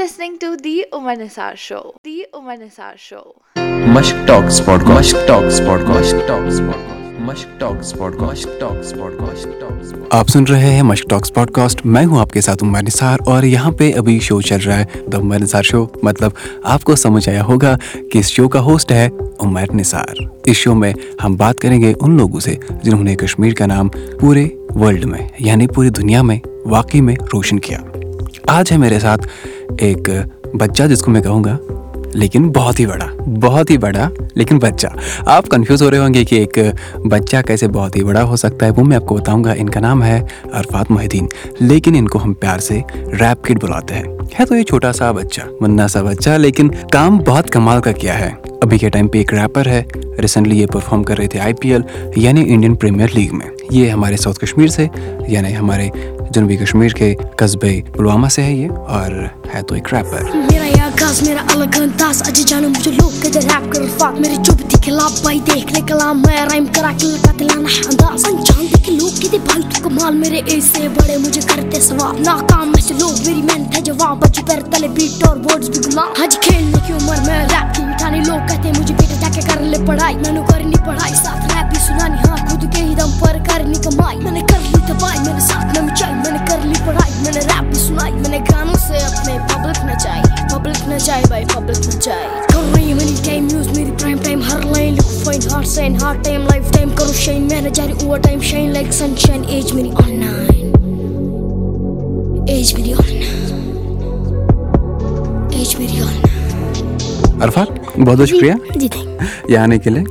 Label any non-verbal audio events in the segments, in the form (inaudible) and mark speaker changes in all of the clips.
Speaker 1: listening to The Umar Nisar Show. The Umar Nisar Show.
Speaker 2: Mushk talks pod Mushk talks pod Mushk talks pod Mushk talks pod Mushk talks pod Mushk ٹاکس
Speaker 3: آپ سن رہے ہیں Mushk talks podcast میں ہوں آپ کے ساتھ عمر نثار اور یہاں پہ ابھی شو چل رہا ہے دا عمر نثار شو مطلب آپ کو سمجھ آیا ہوگا کہ اس شو کا ہوسٹ ہے عمر نثار اس شو میں ہم بات کریں گے ان لوگوں سے جنہوں نے کشمیر کا نام پورے ورلڈ میں یعنی پوری دنیا میں واقعی میں روشن کیا آج ہے میرے ساتھ ایک بچہ جس کو میں کہوں گا لیکن بہت ہی بڑا بہت ہی بڑا لیکن بچہ آپ کنفیوز ہو رہے ہوں گے کہ ایک بچہ کیسے بہت ہی بڑا ہو سکتا ہے وہ میں آپ کو بتاؤں گا ان کا نام ہے عرفات محی الدین لیکن ان کو ہم پیار سے ریپ کٹ بلاتے ہیں ہے تو یہ چھوٹا سا بچہ منا سا بچہ لیکن کام بہت کمال کا کیا ہے ابھی کے ٹائم پہ ایک ریپر ہے ریسنٹلی یہ پرفارم کر رہے تھے آئی پی ایل یعنی انڈین پریمیئر لیگ میں یہ ہمارے ساؤتھ کشمیر سے یعنی ہمارے جنوبی کشمیر کے قصبے پلوامہ سے ہے یہ اور ہے تو ایک ریپر
Speaker 4: میرا یہ آغاز میرا الگ انداز اجے جانو مجھے لوگ کدھر ریپ کر الفاظ میری چبتی خلاف بھائی دیکھ لے کلام میں رائم کرا کے قتلانہ انداز انجان دے کے لوگ کدھر فالتو کمال میرے ایسے بڑے مجھے کرتے سوال ناکام میں سے لوگ میری محنت ہے جواب بچی پیر تلے بیٹ اور ورڈز بھی گما حج کھیلنے کی عمر میں ریپ کی بٹھانے لوگ کہتے مجھے بیٹا جا کے کر لے پڑھائی میں نے کرنی پڑھائی ساتھ ریپ بھی سنانی ہاں خود کے ہی دم پر کرنی کمائی میں نے کر لی دبائی میرے ساتھ میں مچائی میں نے کر لی پڑھائی میں نے ریپ بھی سنائی میں نے گانوں سے اپنے پبلک نچائی پبلک نچائی بھائی پبلک نچائی کر رہی ہوں اینی ٹائم نیوز میری پرائم ٹائم ہر لائن لکھو fine heart sign heart time life time کرو شائن میں نے جاری اوور ٹائم شائن لائک سن شائن ایج میری آن لائن ایج میری آن لائن ایج میری آن لائن
Speaker 3: عرفات بہت بہت شکریہ
Speaker 4: جی تھینک
Speaker 3: یہاں آنے کے لیے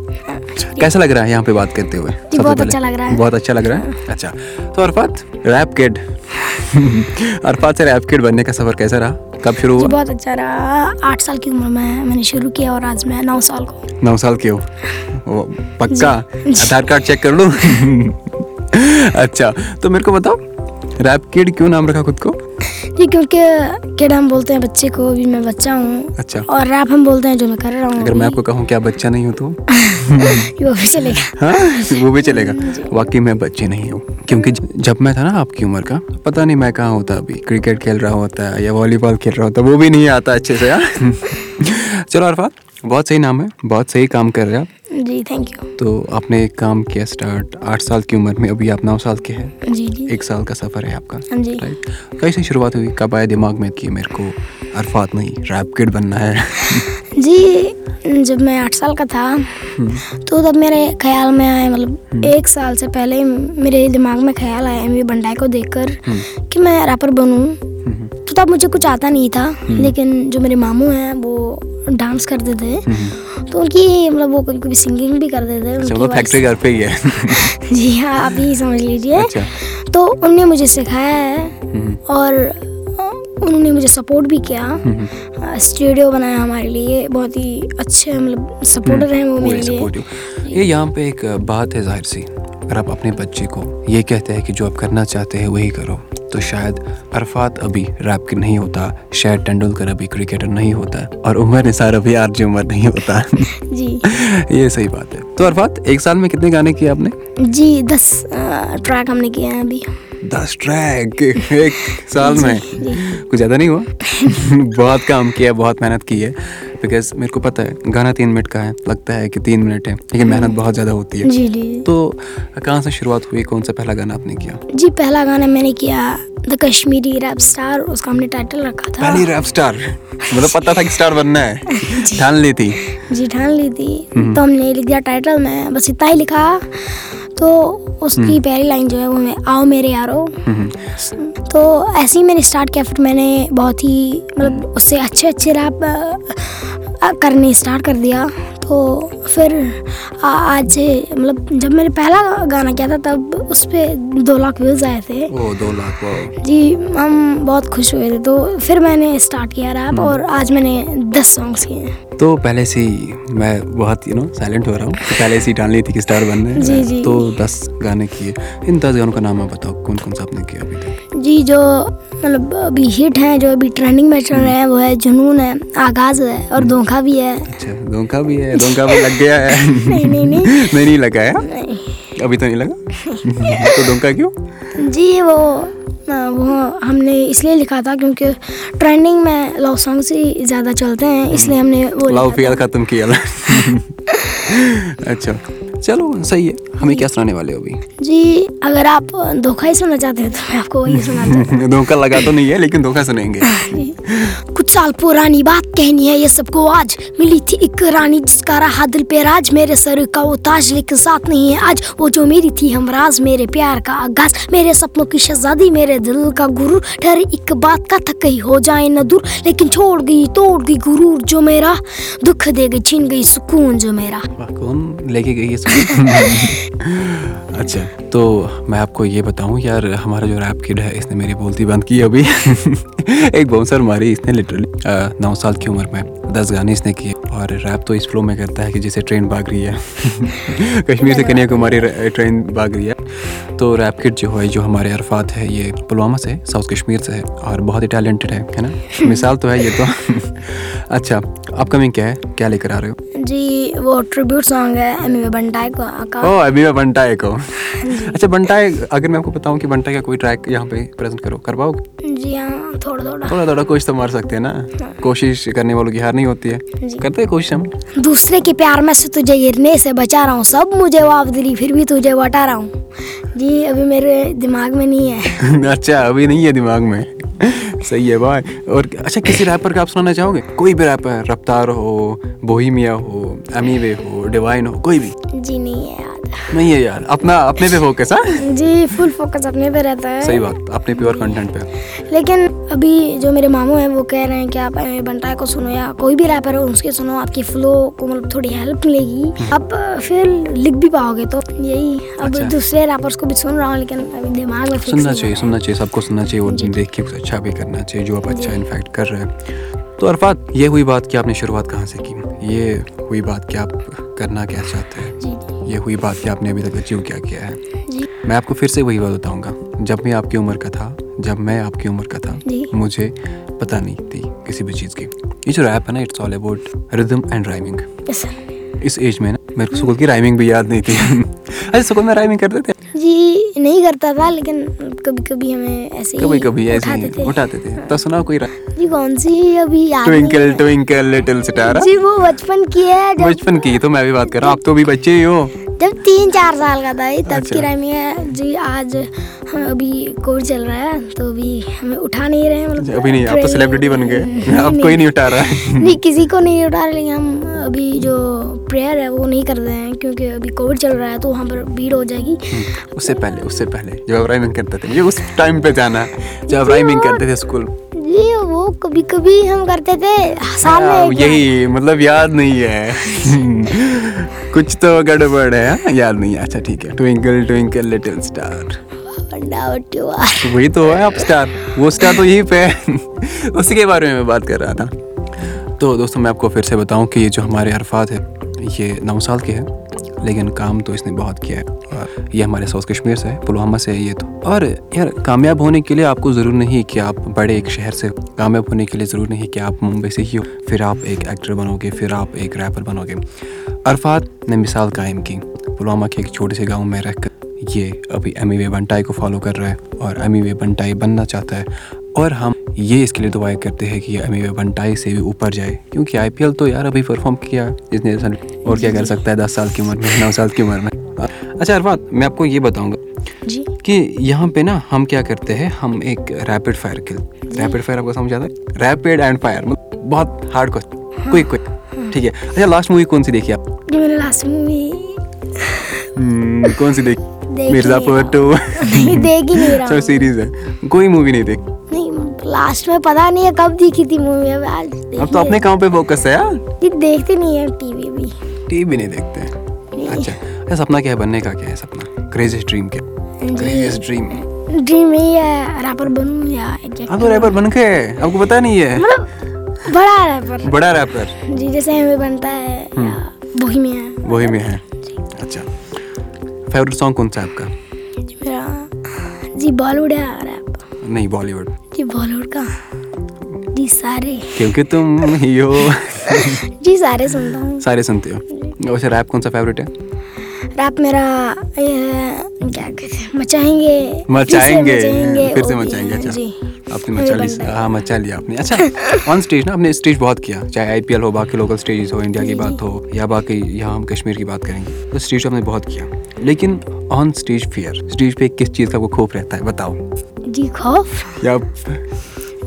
Speaker 3: کیسا لگ رہا ہے یہاں پہ بات کرتے ہوئے سب سے
Speaker 4: بہت
Speaker 3: پہلے-
Speaker 4: اچھا لگ رہا ہے۔
Speaker 3: بہت اچھا لگ رہا ہے اچھا تو عرفات ریپ (laughs) کڈ عرفات سے ریپ کڈ بننے کا سفر کیسا رہا کب شروع
Speaker 4: جی
Speaker 3: ہوا
Speaker 4: بہت اچھا رہا آٹھ سال کی عمر میں میں نے شروع کیا اور آج میں نو سال کو
Speaker 3: نو سال کے ہو وہ پکا
Speaker 4: جی۔
Speaker 3: آدھار کارڈ چیک کر لوں (laughs) اچھا تو میرے کو بتاؤ ریپ کڈ کیوں نام رکھا خود کو
Speaker 4: جی کیونکہ کیڈ ہم بولتے ہیں بچے کو بھی میں بچہ ہوں
Speaker 3: اچھا
Speaker 4: اور ریپ ہم بولتے ہیں جو میں کر رہا ہوں
Speaker 3: اگر میں آپ کو کہوں کیا بچہ نہیں ہوں تو
Speaker 4: یہ وہ بھی چلے گا
Speaker 3: ہاں (laughs) وہ بھی چلے گا واقعی میں بچے نہیں ہوں کیونکہ جب میں تھا نا آپ کی عمر کا پتہ نہیں میں کہاں ہوتا ابھی کرکٹ کھیل رہا ہوتا یا والی بال کھیل رہا ہوتا وہ بھی نہیں آتا اچھے سے (laughs) چلو عرفات بہت صحیح نام ہے بہت صحیح کام کر رہے آپ
Speaker 4: جی تھینک یو
Speaker 3: تو آپ نے ایک کام کیا اسٹارٹ آٹھ سال کی عمر میں ابھی آپ نو سال کے ہیں
Speaker 4: جی جی
Speaker 3: ایک سال کا سفر ہے آپ کا
Speaker 4: ہاں جی
Speaker 3: کیسے شروعات ہوئی کب آیا دماغ میں کہ میرے کو عرفات نہیں ریپ کٹ بننا ہے
Speaker 4: جی جب میں آٹھ سال کا تھا تو تب میرے خیال میں آئے مطلب ایک سال سے پہلے میرے دماغ میں خیال آیا ایم وی بنڈائی کو دیکھ کر کہ میں ریپر بنوں تو تب مجھے کچھ آتا نہیں تھا لیکن جو میرے ماموں ہیں وہ ڈانس کرتے تھے تو ان کی مطلب وہ کبھی کبھی سنگنگ بھی کرتے تھے ان کی
Speaker 3: چلو
Speaker 4: voice-
Speaker 3: فیکٹری گھر پہ ہی ہے
Speaker 4: (laughs) جی ہاں آپ ہی سمجھ لیجیے
Speaker 3: اچھا
Speaker 4: تو ان نے مجھے سکھایا ہے اور انہوں نے مجھے سپورٹ بھی کیا اسٹوڈیو بنایا ہمارے لیے بہت ہی اچھے مطلب سپورٹر ہیں وہ میرے
Speaker 3: پورے
Speaker 4: لیے
Speaker 3: سپورٹو یہ یہاں پہ ایک بات ہے ظاہر سی اگر آپ اپنے بچے کو یہ کہتے ہیں کہ جو آپ کرنا چاہتے ہیں وہی کرو تو شاید عرفات ابھی ریپ کی نہیں ہوتا شاید ٹینڈولکر ابھی کرکٹر نہیں ہوتا اور عمر نثار ابھی آر جی عمر نہیں ہوتا (laughs)
Speaker 4: جی
Speaker 3: یہ صحیح بات ہے تو عرفات ایک سال میں کتنے گانے کیے آپ نے
Speaker 4: جی دس ٹریک ہم نے کیے ہیں ابھی
Speaker 3: دس ٹریک ایک سال میں کچھ زیادہ نہیں ہوا (laughs) بہت کام کیا بہت محنت کی ہے بیکاز میرے کو پتہ ہے گانا تین منٹ کا ہے لگتا ہے کہ تین منٹ ہے لیکن محنت بہت زیادہ ہوتی ہے
Speaker 4: جی جی
Speaker 3: تو کہاں سے شروعات ہوئی کون سا پہلا گانا آپ نے کیا
Speaker 4: جی پہلا گانا میں نے کیا دا کشمیری ریپ اسٹار اس کا ہم نے ٹائٹل رکھا تھا
Speaker 3: پہلی ریپ سٹار مطلب پتا تھا کہ سٹار بننا ہے ڈھان لی تھی
Speaker 4: جی ٹھان لی تھی تو ہم نے لکھ دیا ٹائٹل میں بس اتنا ہی لکھا تو اس کی پہلی لائن جو ہے وہ میں آؤ میرے یارو تو ایسے ہی میں نے اسٹارٹ کیا پھر میں نے بہت ہی مطلب اس سے اچھے اچھے ریپ کرنے اسٹارٹ کر دیا تو پھر آ- آج مطلب جب میں نے پہلا گانا کیا تھا تب اس پہ دو لاکھ ویوز آئے تھے
Speaker 3: او دو لاکھ
Speaker 4: جی ہم بہت خوش ہوئے تھے تو پھر میں نے اسٹارٹ کیا ریپ اور آج میں نے دس سانگس کیے ہیں
Speaker 3: تو پہلے سے ہی میں بہت یو نو سائلنٹ ہو رہا ہوں کہ پہلے سے ہی ڈھان لی تھی کہ سٹار بننا ہے
Speaker 4: جی، جی۔
Speaker 3: تو دس گانے کیے ان دس گانوں کا نام آپ بتاؤ کون کون سا آپ نے کیا ابھی تک
Speaker 4: جی جو مطلب ابھی ہٹ ہیں جو ابھی ٹرینڈنگ میں چل رہے ہیں وہ ہے جنون ہے آغاز ہے اور دھوکہ بھی ہے
Speaker 3: اچھا دھونکا بھی ہے دھونکا بھی لگ گیا ہے
Speaker 4: نہیں نہیں نہیں
Speaker 3: (laughs) نہیں
Speaker 4: (laughs)
Speaker 3: نہیں لگا ہے ابھی تو نہیں لگا تو دھونکا کیوں
Speaker 4: جی وہ آ، وہ ہم نے اس لیے لکھا تھا کیونکہ ٹرینڈنگ میں لو سانگس ہی زیادہ چلتے ہیں اس لیے ہم نے
Speaker 3: لو
Speaker 4: وہ لکھا تھا۔
Speaker 3: پیال ختم کیا (laughs) اچھا چلو صحیح ہے ہمیں کیا سنانے والے ہو ابھی
Speaker 4: جی اگر آپ دھوکہ ہی سننا چاہتے ہیں تو میں آپ کو وہی سنا
Speaker 3: (laughs) دھوکہ لگا تو نہیں ہے لیکن دھوکہ سنیں گے
Speaker 4: کچھ سال پرانی بات کہنی ہے یہ سب کو آج ملی تھی ایک رانی جس کا رہا دل پہ راج میرے سر کا وہ تاج لیکن ساتھ نہیں ہے آج وہ جو میری تھی ہم راز میرے پیار کا آغاز میرے سپنوں کی شہزادی میرے دل کا غرور ٹھہر ایک بات کا تھا کہیں ہو جائے نہ دور لیکن چھوڑ گئی توڑ گئی غرور جو میرا دکھ دے گئی چھین گئی سکون جو میرا
Speaker 3: واہ، کون لے کے گئی ہے سب؟ (laughs) اچھا تو میں آپ کو یہ بتاؤں یار ہمارا جو ریپ کڈ ہے اس نے میری بولتی بند کی ابھی (laughs) ایک باؤنسر ماری اس نے لٹرلی نو سال کی عمر میں دس گانے اس نے کیے اور ریپ تو اس فلو میں کرتا ہے کہ جیسے ٹرین بھاگ رہی ہے (laughs) کشمیر سے کنیا کماری ٹرین بھاگ رہی ہے تو ریپ کڈ جو ہے جو ہمارے عرفات ہے یہ پلوامہ سے ساؤتھ کشمیر سے ہے اور بہت ہی ٹیلنٹڈ ہے ہے نا مثال تو ہے یہ تو (laughs) اچھا اپ کمنگ کیا ہے کیا لے کر آ رہے ہو
Speaker 4: جی وہ ٹریبیوٹ سانگ ہے امی بنٹائے کا
Speaker 3: او ابھی میں بنٹائے کو اچھا بنٹائے اگر میں آپ کو بتاؤں کہ بنٹائے کا کوئی ٹریک یہاں پہ پریزنٹ کرو کر پاؤ گے
Speaker 4: جی ہاں تھوڑا تھوڑا
Speaker 3: تھوڑا تھوڑا کوشش تو مار سکتے ہیں نا کوشش کرنے والوں کی ہار نہیں ہوتی ہے کرتے ہیں کوشش ہم (laughs)
Speaker 4: دوسرے کے پیار میں سے تجھے گرنے سے بچا رہا ہوں سب مجھے واپ دلی پھر بھی تجھے وٹا رہا ہوں جی ابھی میرے دماغ میں نہیں ہے
Speaker 3: اچھا ابھی نہیں ہے دماغ میں (laughs) صحیح ہے بھائی اور اچھا کسی ریپر کا آپ سنانا چاہو گے کوئی بھی ریپر رفتار ہو بوہیمیا ہو امیوے ہو ڈیوائن ہو کوئی بھی
Speaker 4: جی نہیں ہے یاد
Speaker 3: نہیں ہے یار اپنا اپنے پہ فوکس ہاں
Speaker 4: جی فل فوکس اپنے پہ رہتا ہے
Speaker 3: صحیح بات اپنے پیور کنٹینٹ پہ
Speaker 4: لیکن ابھی جو میرے ماموں ہیں وہ کہہ رہے ہیں کہ آپ اے بنٹائے کو سنو یا کوئی بھی ریپر ہو اس کے سنو آپ کی فلو کو مطلب تھوڑی ہیلپ ملے گی آپ پھر لکھ بھی پاؤ گے تو یہی اب
Speaker 3: اچھا۔
Speaker 4: دوسرے ریپرس کو بھی سن رہا ہوں لیکن ابھی دماغ میں fix
Speaker 3: سننا
Speaker 4: نہیں ہے۔
Speaker 3: چاہیے سننا چاہیے سب کو سننا چاہیے اور دیکھ کے کچھ اچھا بھی کرنا چاہیے جو آپ اچھا انفیکٹ کر رہے ہیں تو عرفات یہ ہوئی بات کہ آپ نے شروعات کہاں سے کی یہ ہوئی بات کہ آپ کرنا کیا چاہتے
Speaker 4: جی
Speaker 3: ہیں یہ ہوئی بات کہ آپ نے ابھی تک اچیو کیا کیا ہے
Speaker 4: جی
Speaker 3: میں آپ کو پھر سے وہی بات بتاؤں گا جب میں آپ کی عمر کا تھا جب میں آپ کی عمر کا تھا
Speaker 4: جی۔
Speaker 3: مجھے پتہ نہیں تھی کسی بھی چیز کی یہ جو ریپ ہے نا it's all about rhythm and rhyming
Speaker 4: yes.
Speaker 3: اس ایج میں نا میرے کو سکول کی رائمنگ بھی یاد نہیں (laughs) تھی اچھا سکول میں رائمنگ کرتے تھے
Speaker 4: جی نہیں کرتا تھا لیکن کبھی کبھی ہمیں ایسے ہی
Speaker 3: کبھی کبھی ایسے
Speaker 4: اٹھاتے
Speaker 3: ہی
Speaker 4: تھے۔
Speaker 3: اٹھاتے تھے تو سناؤ کوئی رائم
Speaker 4: جی کون سی ابھی یاد نہیں
Speaker 3: ٹوئنکل
Speaker 4: ہے۔
Speaker 3: ٹوئنکل لٹل سٹارا
Speaker 4: جی وہ بچپن کی ہے جب-
Speaker 3: بچپن کی تو میں بھی بات کر رہا ہوں آپ تو بھی بچے ہی ہو
Speaker 4: جب تین چار سال کا تھا یہ تب
Speaker 3: اچھا۔
Speaker 4: کی رائمنگ ہے جی آج ہم ابھی کووڈ چل رہا ہے تو ابھی ہمیں اٹھا نہیں رہے ہیں مطلب
Speaker 3: جی، ابھی نہیں آپ تو
Speaker 4: ٹریننگ-
Speaker 3: سیلیبریٹی بن گئے
Speaker 4: نہیں،
Speaker 3: آپ کوئی نہیں اٹھا رہا
Speaker 4: نہیں کسی کو نہیں اٹھا رہے لیکن ہم ابھی جو پریئر ہے وہ نہیں کرتے ہیں کیونکہ ابھی کووڈ چل رہا ہے تو وہاں پر بھیڑ ہو جائے گی
Speaker 3: اس سے پہلے اس سے پہلے جب آپ رائمنگ کرتے تھے مجھے اس ٹائم پہ جانا ہے جب آپ رائمنگ کرتے تھے اسکول
Speaker 4: جی وہ کبھی کبھی ہم کرتے تھے سال میں ایک بار۔
Speaker 3: ہاں، یہی مطلب یاد نہیں ہے کچھ تو گڑبڑ ہے یاد نہیں ہے اچھا ٹھیک ہے ٹوئنکل ٹوئنکل لٹل اسٹار
Speaker 4: بڑا بٹی ہوا۔
Speaker 3: وہی تو ہے آپ اسٹار وہ اسٹار تو یہی پہ (laughs) ہے اسی کے بارے میں میں بات کر رہا تھا تو دوستوں میں آپ کو پھر سے بتاؤں کہ یہ جو ہمارے عرفات ہے یہ نو سال کے ہے لیکن کام تو اس نے بہت کیا ہے اور یہ ہمارے ساؤتھ کشمیر سے ہے پلوامہ سے ہے یہ تو اور یار کامیاب ہونے کے لیے آپ کو ضرور نہیں کہ آپ بڑے ایک شہر سے ہو۔ کامیاب ہونے کے لیے ضرور نہیں کہ آپ ممبئی سے ہی ہو پھر آپ ایک ایکٹر بنو گے پھر آپ ایک ریپر بنو گے عرفات نے مثال قائم کی پلوامہ کے ایک چھوٹے سے گاؤں میں رہ کر یہ ابھی امی وے بنٹائی کو فالو کر رہا ہے اور امی وے بنٹائی بننا چاہتا ہے اور ہم یہ اس کے لیے دعائیں کرتے ہیں کہ یہ امی وے بنٹائی سے بھی اوپر جائے کیونکہ آئی پی ایل تو یار ابھی پرفارم کیا ہے اس نے اور کیا کر سکتا ہے دس سال کی عمر میں نو سال کی عمر میں اچھا ارفات میں آپ کو یہ بتاؤں گا
Speaker 4: جی
Speaker 3: کہ یہاں پہ نا ہم کیا کرتے ہیں ہم ایک ریپڈ فائر کھیلتے ریپڈ فائر آپ کو سمجھ آتا ہے ریپڈ اینڈ فائر مطلب بہت ہارڈ کوشچن کوئک کوئک ٹھیک ہے اچھا لاسٹ مووی کون سی دیکھی آپ
Speaker 4: جی میں نے لاسٹ مووی
Speaker 3: (laughs)
Speaker 4: (laughs)
Speaker 3: کون سی دیکھی مرزا پور (laughs) ٹو
Speaker 4: نہیں دیکھ ہی نہیں رہا
Speaker 3: سر
Speaker 4: ہوں۔
Speaker 3: سیریز ہے کوئی مووی نہیں دیکھی
Speaker 4: نہیں لاسٹ میں پتا نہیں ہے کب دیکھی تھی مووی اب آج
Speaker 3: اب تو اپنے کام پہ فوکس ہے یار
Speaker 4: جی دیکھتے نہیں ہیں ٹی وی بھی
Speaker 3: ٹی وی نہیں دیکھتے اچھا اچھا سپنا کیا ہے بننے کا کیا ہے سپنا کریزیسٹ ڈریم کیا کریزیسٹ ڈریم
Speaker 4: ڈریم یہی ہے ریپر بنوں یا ایک
Speaker 3: آپ ہاں، تو
Speaker 4: actor۔
Speaker 3: ریپر بن کے آپ کو پتا نہیں ہے
Speaker 4: مطلب بڑا ریپر
Speaker 3: بڑا ریپر
Speaker 4: جی جیسے ہمیں بنتا ہے
Speaker 3: ہاں۔
Speaker 4: یا وہی میں ہے
Speaker 3: وہی میں ہے اچھا فیوریٹ سانگ کون سا ہے آپ کا
Speaker 4: جی میرا جی بالی ووڈ ہے ریپ
Speaker 3: نہیں بالی ووڈ
Speaker 4: جی بالی ووڈ کا جی سارے
Speaker 3: کیونکہ تم ہی ہو
Speaker 4: جی سارے سنتا ہوں
Speaker 3: اچھا، سارے سنتے ہو ویسے ریپ کون سا فیوریٹ ہے
Speaker 4: ریپ میرا یہ- کیا کہتے ہیں مچائیں گے
Speaker 3: مچائیں گے
Speaker 4: پھر سے
Speaker 3: پھر سے
Speaker 4: وہ بھی
Speaker 3: مچائیں گے
Speaker 4: ہے،
Speaker 3: اچھا
Speaker 4: جی
Speaker 3: آپ نے مچا لی ہاں مچا لیا آپ نے اچھا آن اسٹیج نا آپ نے اسٹیج بہت کیا چاہے آئی پی ایل ہو باقی لوکل اسٹیجز ہو انڈیا کی
Speaker 4: جی،
Speaker 3: بات ہو یا باقی یہاں ہم کشمیر کی بات کریں گے تو اسٹیج آپ نے بہت کیا لیکن آن اسٹیج فیئر اسٹیج پہ کس چیز کا وہ خوف رہتا ہے بتاؤ
Speaker 4: جی خوف
Speaker 3: یا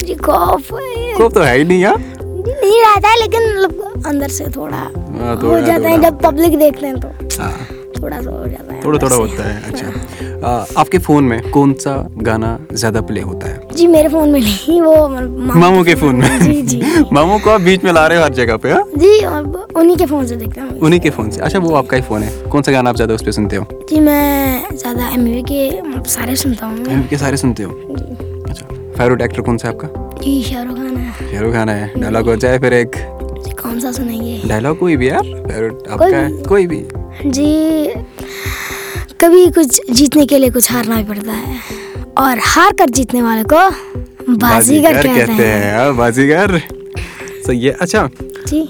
Speaker 4: جی خوف ہے۔
Speaker 3: خوف تو ہے ہی نہیں یار
Speaker 4: جی، نہیں رہتا ہے لیکن مطلب اندر سے تھوڑا
Speaker 3: ہاں،
Speaker 4: ہو
Speaker 3: تھوڑا-
Speaker 4: جاتا ہے
Speaker 3: تھوڑا
Speaker 4: جب پبلک دیکھتے ہیں تو
Speaker 3: ہاں
Speaker 4: تھوڑا سا ہو جاتا ہے
Speaker 3: تھوڑا
Speaker 4: اندر
Speaker 3: تھوڑا
Speaker 4: سے۔
Speaker 3: ہوتا ہے اچھا آپ کے فون میں کون سا گانا زیادہ پلے ہوتا ہے
Speaker 4: جی میرے فون میں نہیں وہ ماموں
Speaker 3: ماموں کے فون میں
Speaker 4: جی جی
Speaker 3: (laughs) ماموں کو آپ بیچ میں لا رہے ہو ہر جگہ پہ ہاں
Speaker 4: جی اب انہی کے فون سے دیکھتا ہوں
Speaker 3: انہیں کے فون سے اچھا وہ آپ کا ہی فون ہے کون سا گانا آپ زیادہ اس پہ سنتے ہو
Speaker 4: جی میں زیادہ ایم وی کے مطلب سارے سنتا ہوں
Speaker 3: ایم کے سارے سنتے ہو اچھا فیوریٹ ایکٹر کون سا ہے آپ کا
Speaker 4: جی شاہ رخ خان ہے
Speaker 3: شاہ رخ خان ہے ڈائلاگ ہو جائے پھر ایک
Speaker 4: جی کون سا سنیں گے
Speaker 3: ڈائلاگ کوئی بھی یار فیوریٹ آپ
Speaker 4: کوئی
Speaker 3: کا ہے
Speaker 4: بھی۔
Speaker 3: کوئی بھی
Speaker 4: جی کبھی کچھ جیتنے کے لیے کچھ ہارنا بھی پڑتا ہے اور ہار کر جیتنے والے کو بازیگر کہتے ہیں
Speaker 3: ہاں بازیگر صحیح ہے اچھا
Speaker 4: جی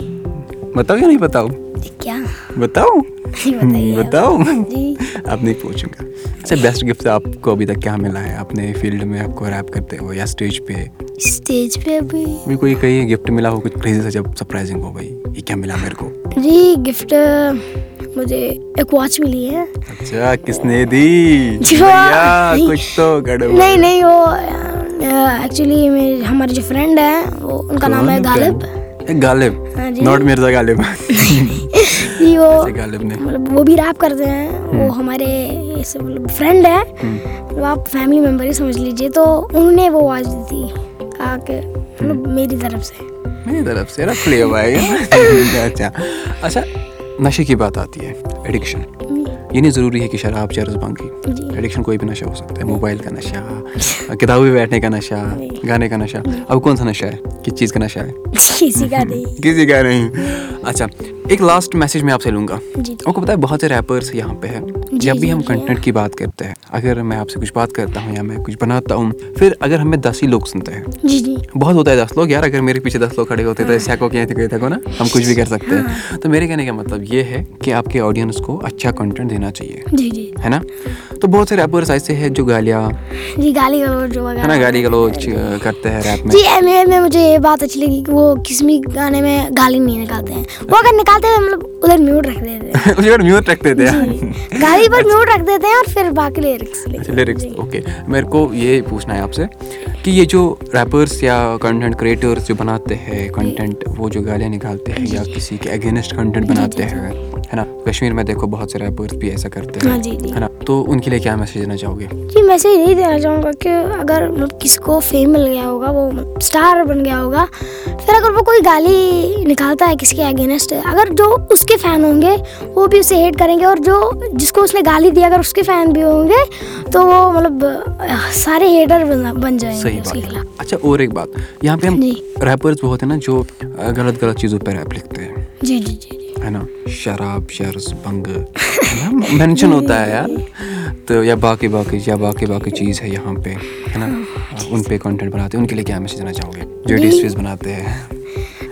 Speaker 3: بتاؤ یا نہیں بتاؤ
Speaker 4: جی، کیا
Speaker 3: بتاؤ
Speaker 4: جی، بتائیے آپ۔
Speaker 3: بتاؤ
Speaker 4: جی
Speaker 3: آپ نہیں پوچھوں گا اچھا بیسٹ گفٹ آپ کو ابھی تک کیا ملا ہے اپنے فیلڈ میں آپ کو ریپ کرتے ہو یا اسٹیج پہ
Speaker 4: اسٹیج پہ ابھی
Speaker 3: بھی کوئی کہیں گفٹ ملا ہو کچھ کریزی سے جب سرپرائزنگ ہو گئی یہ کیا ملا میرے کو
Speaker 4: جی گفٹ مجھے ایک واچ ملی ہے
Speaker 3: اچھا کس نے دی
Speaker 4: جو-
Speaker 3: بھیا، کچھ تو گڑبڑ
Speaker 4: نہیں نہیں وہ ایکچولی میرے ہمارے جو فرینڈ ہیں وہ ان کا نام ہے غالب
Speaker 3: غالب
Speaker 4: ہاں جی۔
Speaker 3: ناٹ مرزا
Speaker 4: (laughs)
Speaker 3: غالب
Speaker 4: جی وہ
Speaker 3: غالب نے
Speaker 4: مطلب وہ بھی ریپ کرتے ہیں وہ ہمارے اس مطلب فرینڈ ہے مطلب آپ فیملی ممبر ہی سمجھ لیجیے تو انہوں نے وہ آواز دی تھی کہا کہ مطلب میری طرف سے (laughs)
Speaker 3: میری طرف سے رکھ لیا ہوا ہے (laughs) اچھا اچھا نشے کی بات آتی ہے ایڈکشن یہ نہیں ضروری ہے کہ شراب چرس بانگ کی
Speaker 4: جی۔
Speaker 3: ایڈکشن کوئی بھی نشہ ہو سکتا ہے موبائل کا نشہ کتاب پہ بیٹھنے کا نشہ
Speaker 4: جی۔
Speaker 3: گانے کا نشہ اب کون سا نشہ ہے کس چیز کا نشہ ہے
Speaker 4: کسی
Speaker 3: (laughs)
Speaker 4: کا نہیں
Speaker 3: کسی کا نہیں اچھا ایک لاسٹ میسج میں آپ سے لوں گا
Speaker 4: جی۔
Speaker 3: آپ کو پتا ہے بہت سے ریپرس یہاں پہ ہیں جب بھی ہم کنٹینٹ کی بات کرتے ہیں اگر میں آپ سے کچھ بات کرتا ہوں یا میں کچھ بناتا ہوں پھر اگر ہمیں دس ہی لوگ سنتے ہیں
Speaker 4: جی جی
Speaker 3: بہت ہوتا ہے دس لوگ یار اگر میرے پیچھے دس لوگ کھڑے ہوتے تو ایسے کو کہیں کہیں تھے نا ہم کچھ بھی کر سکتے
Speaker 4: ہاں۔
Speaker 3: ہیں تو میرے کہنے کا مطلب یہ ہے کہ آپ کے آڈینس کو اچھا کنٹینٹ دینا چاہیے
Speaker 4: جی جی
Speaker 3: ہے نا تو بہت سے ریپرس ایسے ہیں جو گالیاں
Speaker 4: جی گالی گلوچ جو
Speaker 3: ہے نا
Speaker 4: وغیرہ
Speaker 3: گالی گلوچ کرتے ہیں ریپ میں
Speaker 4: جی ایم اے میں مجھے یہ بات اچھی لگی کہ وہ کسی بھی گانے میں گالی نہیں نکالتے ہیں وہ اگر نکالتے ہیں مطلب ادھر میوٹ رکھ دیتے
Speaker 3: (laughs)
Speaker 4: ہیں
Speaker 3: (laughs) اس پر میوٹ رکھتے تھے
Speaker 4: جی۔ گالی پر میوٹ رکھ دیتے ہیں اور پھر باقی لیرکس
Speaker 3: لیرکس اوکے میرے کو یہ پوچھنا ہے آپ سے کہ یہ جو ریپرس یا کنٹینٹ کریٹرس جو بناتے ہیں کنٹینٹ وہ جو گالیاں نکالتے ہیں یا کسی کے اگینسٹ کنٹینٹ بناتے ہیں ہے نا کشمیر میں دیکھو بہت سے ریپرس بھی ایسا کرتے ہیں ہے نا تو ان کے لیے کیا میسج دینا چاہو گے
Speaker 4: جی میں سے یہی دینا چاہوں گا کہ اگر مطلب کسی کو فیم مل گیا ہوگا وہ اسٹار بن گیا ہوگا پھر اگر وہ کوئی گالی نکالتا ہے کسی کے اگینسٹ اگر جو اس کے فین ہوں گے وہ بھی اسے ہیٹ کریں گے اور جو جس کو اس نے گالی دی اگر اس کے فین بھی ہوں گے تو وہ مطلب آہ، سارے ہیٹر بن جائیں گے
Speaker 3: صحیح
Speaker 4: اس کے
Speaker 3: بات ہے
Speaker 4: خلاف
Speaker 3: اچھا اور ایک بات یہاں پہ ہم
Speaker 4: جی۔
Speaker 3: ریپرس بہت ہیں نا جو غلط غلط چیزوں پہ ریپ لکھتے ہیں
Speaker 4: جی جی جی جی
Speaker 3: ہے نا شراب شرس بنگ مینشن ہوتا ہے یار تو یا باقی باقی یا باقی باقی چیز ہے یہاں پہ ہے نا ان پہ کنٹینٹ بناتے ہیں ان کے لیے کیا میسج دینا چاہو گے جو ڈش ویز بناتے ہیں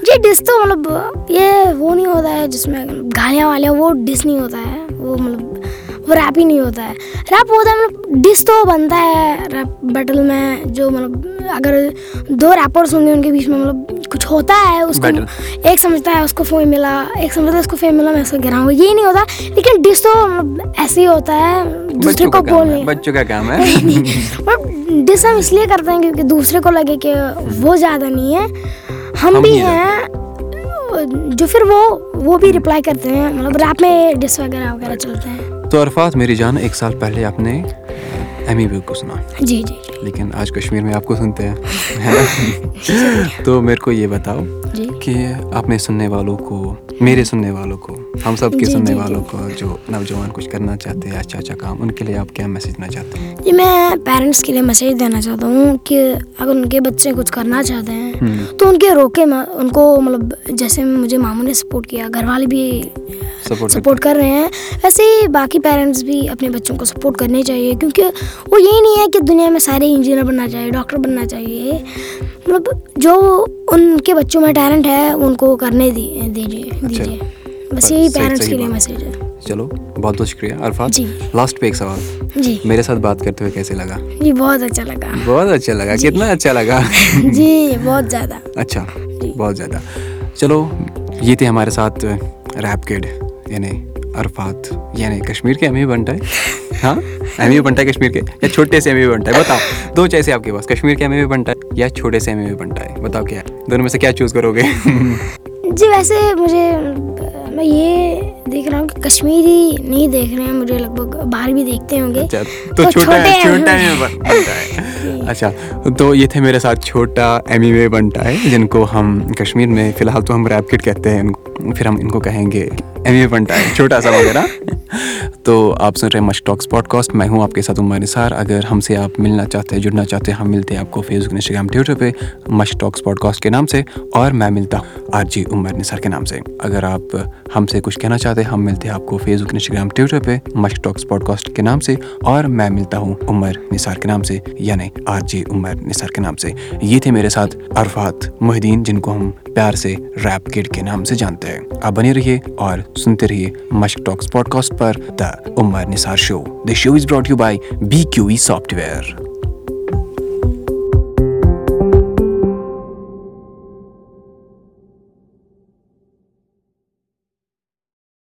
Speaker 4: جی ڈس تو مطلب یہ وہ نہیں ہوتا ہے جس میں گالیاں والیاں وہ ڈس نہیں ہوتا ہے وہ مطلب وہ ریپ ہی نہیں ہوتا ہے ریپ ہوتا ہے مطلب ڈس تو بنتا ہے ریپ بیٹل میں جو مطلب اگر دو ریپرس ہوں گے ان کے بیچ میں مطلب کچھ ہوتا ہے اس کو
Speaker 3: Battle.
Speaker 4: ایک سمجھتا ہے اس کو فیم ملا ایک سمجھتا ہے اس کو فیم ملا میں اس کو گراؤں گا یہ نہیں ہوتا لیکن ڈس تو مطلب ایسے ہی ہوتا ہے دوسرے
Speaker 3: بچوں کا
Speaker 4: کو
Speaker 3: کام
Speaker 4: بولنے
Speaker 3: ہے بچوں کا کام ہے
Speaker 4: ڈس ہم اس لیے کرتے ہیں کیونکہ دوسرے کو لگے کہ وہ زیادہ نہیں ہے ہم بھی ہیں جو پھر وہ وہ بھی رپلائی کرتے ہیں مطلب ریپ میں ڈس وغیرہ وغیرہ چلتے ہیں
Speaker 3: تو عرفات میری جان ایک سال پہلے آپ نے ایم ای بی کو سنا
Speaker 4: جی جی
Speaker 3: لیکن آج کشمیر میں آپ کو سنتے ہیں
Speaker 4: (laughs)
Speaker 3: تو میرے کو یہ بتاؤ
Speaker 4: جی
Speaker 3: کہ اپنے سننے والوں کو میرے سننے والوں کو ہم سب کے سننے والوں کو جو نوجوان کچھ کرنا چاہتے ہیں اچھا اچھا کام ان کے لیے آپ کیا میسج دینا چاہتے ہیں
Speaker 4: جی میں پیرنٹس کے لیے میسیج دینا چاہتا ہوں کہ اگر ان کے بچے کچھ کرنا چاہتے ہیں تو ان کے روکے ان کو مطلب جیسے مجھے ماموں نے سپورٹ کیا گھر والے بھی
Speaker 3: سپورٹ
Speaker 4: سپورٹ کر رہے ہیں ویسے ہی باقی پیرنٹس بھی اپنے بچوں کو سپورٹ کرنے چاہیے کیونکہ وہ یہی نہیں ہے کہ دنیا میں سارے انجینئر بننا چاہیے ڈاکٹر بننا چاہیے مطلب جو ان کے بچوں میں ٹیلنٹ ہے ان کو کرنے دی- دیجیے دیجیے بس یہی
Speaker 3: صحیح-
Speaker 4: پیرنٹس
Speaker 3: صحیح
Speaker 4: کے لیے
Speaker 3: بات۔
Speaker 4: میسیج ہے
Speaker 3: چلو بہت بہت شکریہ عرفات
Speaker 4: جی۔
Speaker 3: لاسٹ پہ ایک سوال
Speaker 5: جی
Speaker 3: میرے ساتھ بات کرتے ہوئے کیسے لگا
Speaker 5: جی بہت اچھا لگا
Speaker 3: (laughs) بہت اچھا لگا کتنا اچھا لگا
Speaker 5: جی بہت زیادہ
Speaker 3: اچھا بہت زیادہ چلو یہ تھے ہمارے ساتھ ریپ کڈ یعنی عرفات یعنی کشمیر کے امی بنتا ہے ہاں امی بنتا ہے کشمیر کے یا چھوٹے سے امی بنتا ہے بتاؤ دو چیسے آپ کے پاس کشمیر کے امی بنتا ہے یا چھوٹے سے امی بنتا ہے بتاؤ کیا دونوں میں سے کیا چوز کرو گے
Speaker 5: جی ویسے مجھے میں یہ دیکھ رہا ہوں کہ کشمیری نہیں دیکھ رہے ہیں مجھے لگ بھگ باہر بھی دیکھتے ہوں گے
Speaker 3: اچھا تو چھوٹا چھوٹا ایم بنتا ہے اچھا تو یہ تھے میرے ساتھ چھوٹا ایم اے بنتا ہے جن کو ہم کشمیر میں فی الحال تو ہم ریپ کٹ کہتے ہیں ان کو پھر ہم ان کو کہیں گے ایم اے بنتا ہے چھوٹا سا وغیرہ تو آپ سن رہے ہیں مش ٹاکس پوڈ کاسٹ میں ہوں آپ کے ساتھ عمر نثار اگر ہم سے آپ ملنا چاہتے ہیں جڑنا چاہتے ہیں ہم ملتے ہیں آپ کو فیس بک انسٹاگرام ٹویٹر پہ مش ٹاکس پوڈ کاسٹ کے نام سے اور میں ملتا ہوں آر جی عمر نثار کے نام سے اگر آپ ہم سے کچھ کہنا چاہتے ہیں ہم ملتے ہیں آپ کو فیس بک انسٹاگرام ٹویٹر پہ مش ٹاکس پوڈ کاسٹ کے نام سے اور میں ملتا ہوں عمر نثار کے نام سے یعنی آر جی عمر نثار کے نام سے یہ تھے میرے ساتھ عرفات محی الدین جن کو ہم پیار سے ریپ کڈ کے نام سے جانتے ہیں آپ بنے رہیے اور سنتے رہیے Mashq E talks podcast پر the Umar Nisar show the show is brought you by B Q E soft where